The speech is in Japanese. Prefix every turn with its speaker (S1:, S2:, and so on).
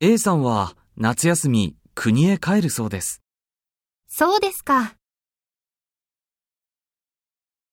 S1: A さんは夏休み国へ帰るそうです。
S2: そうですか。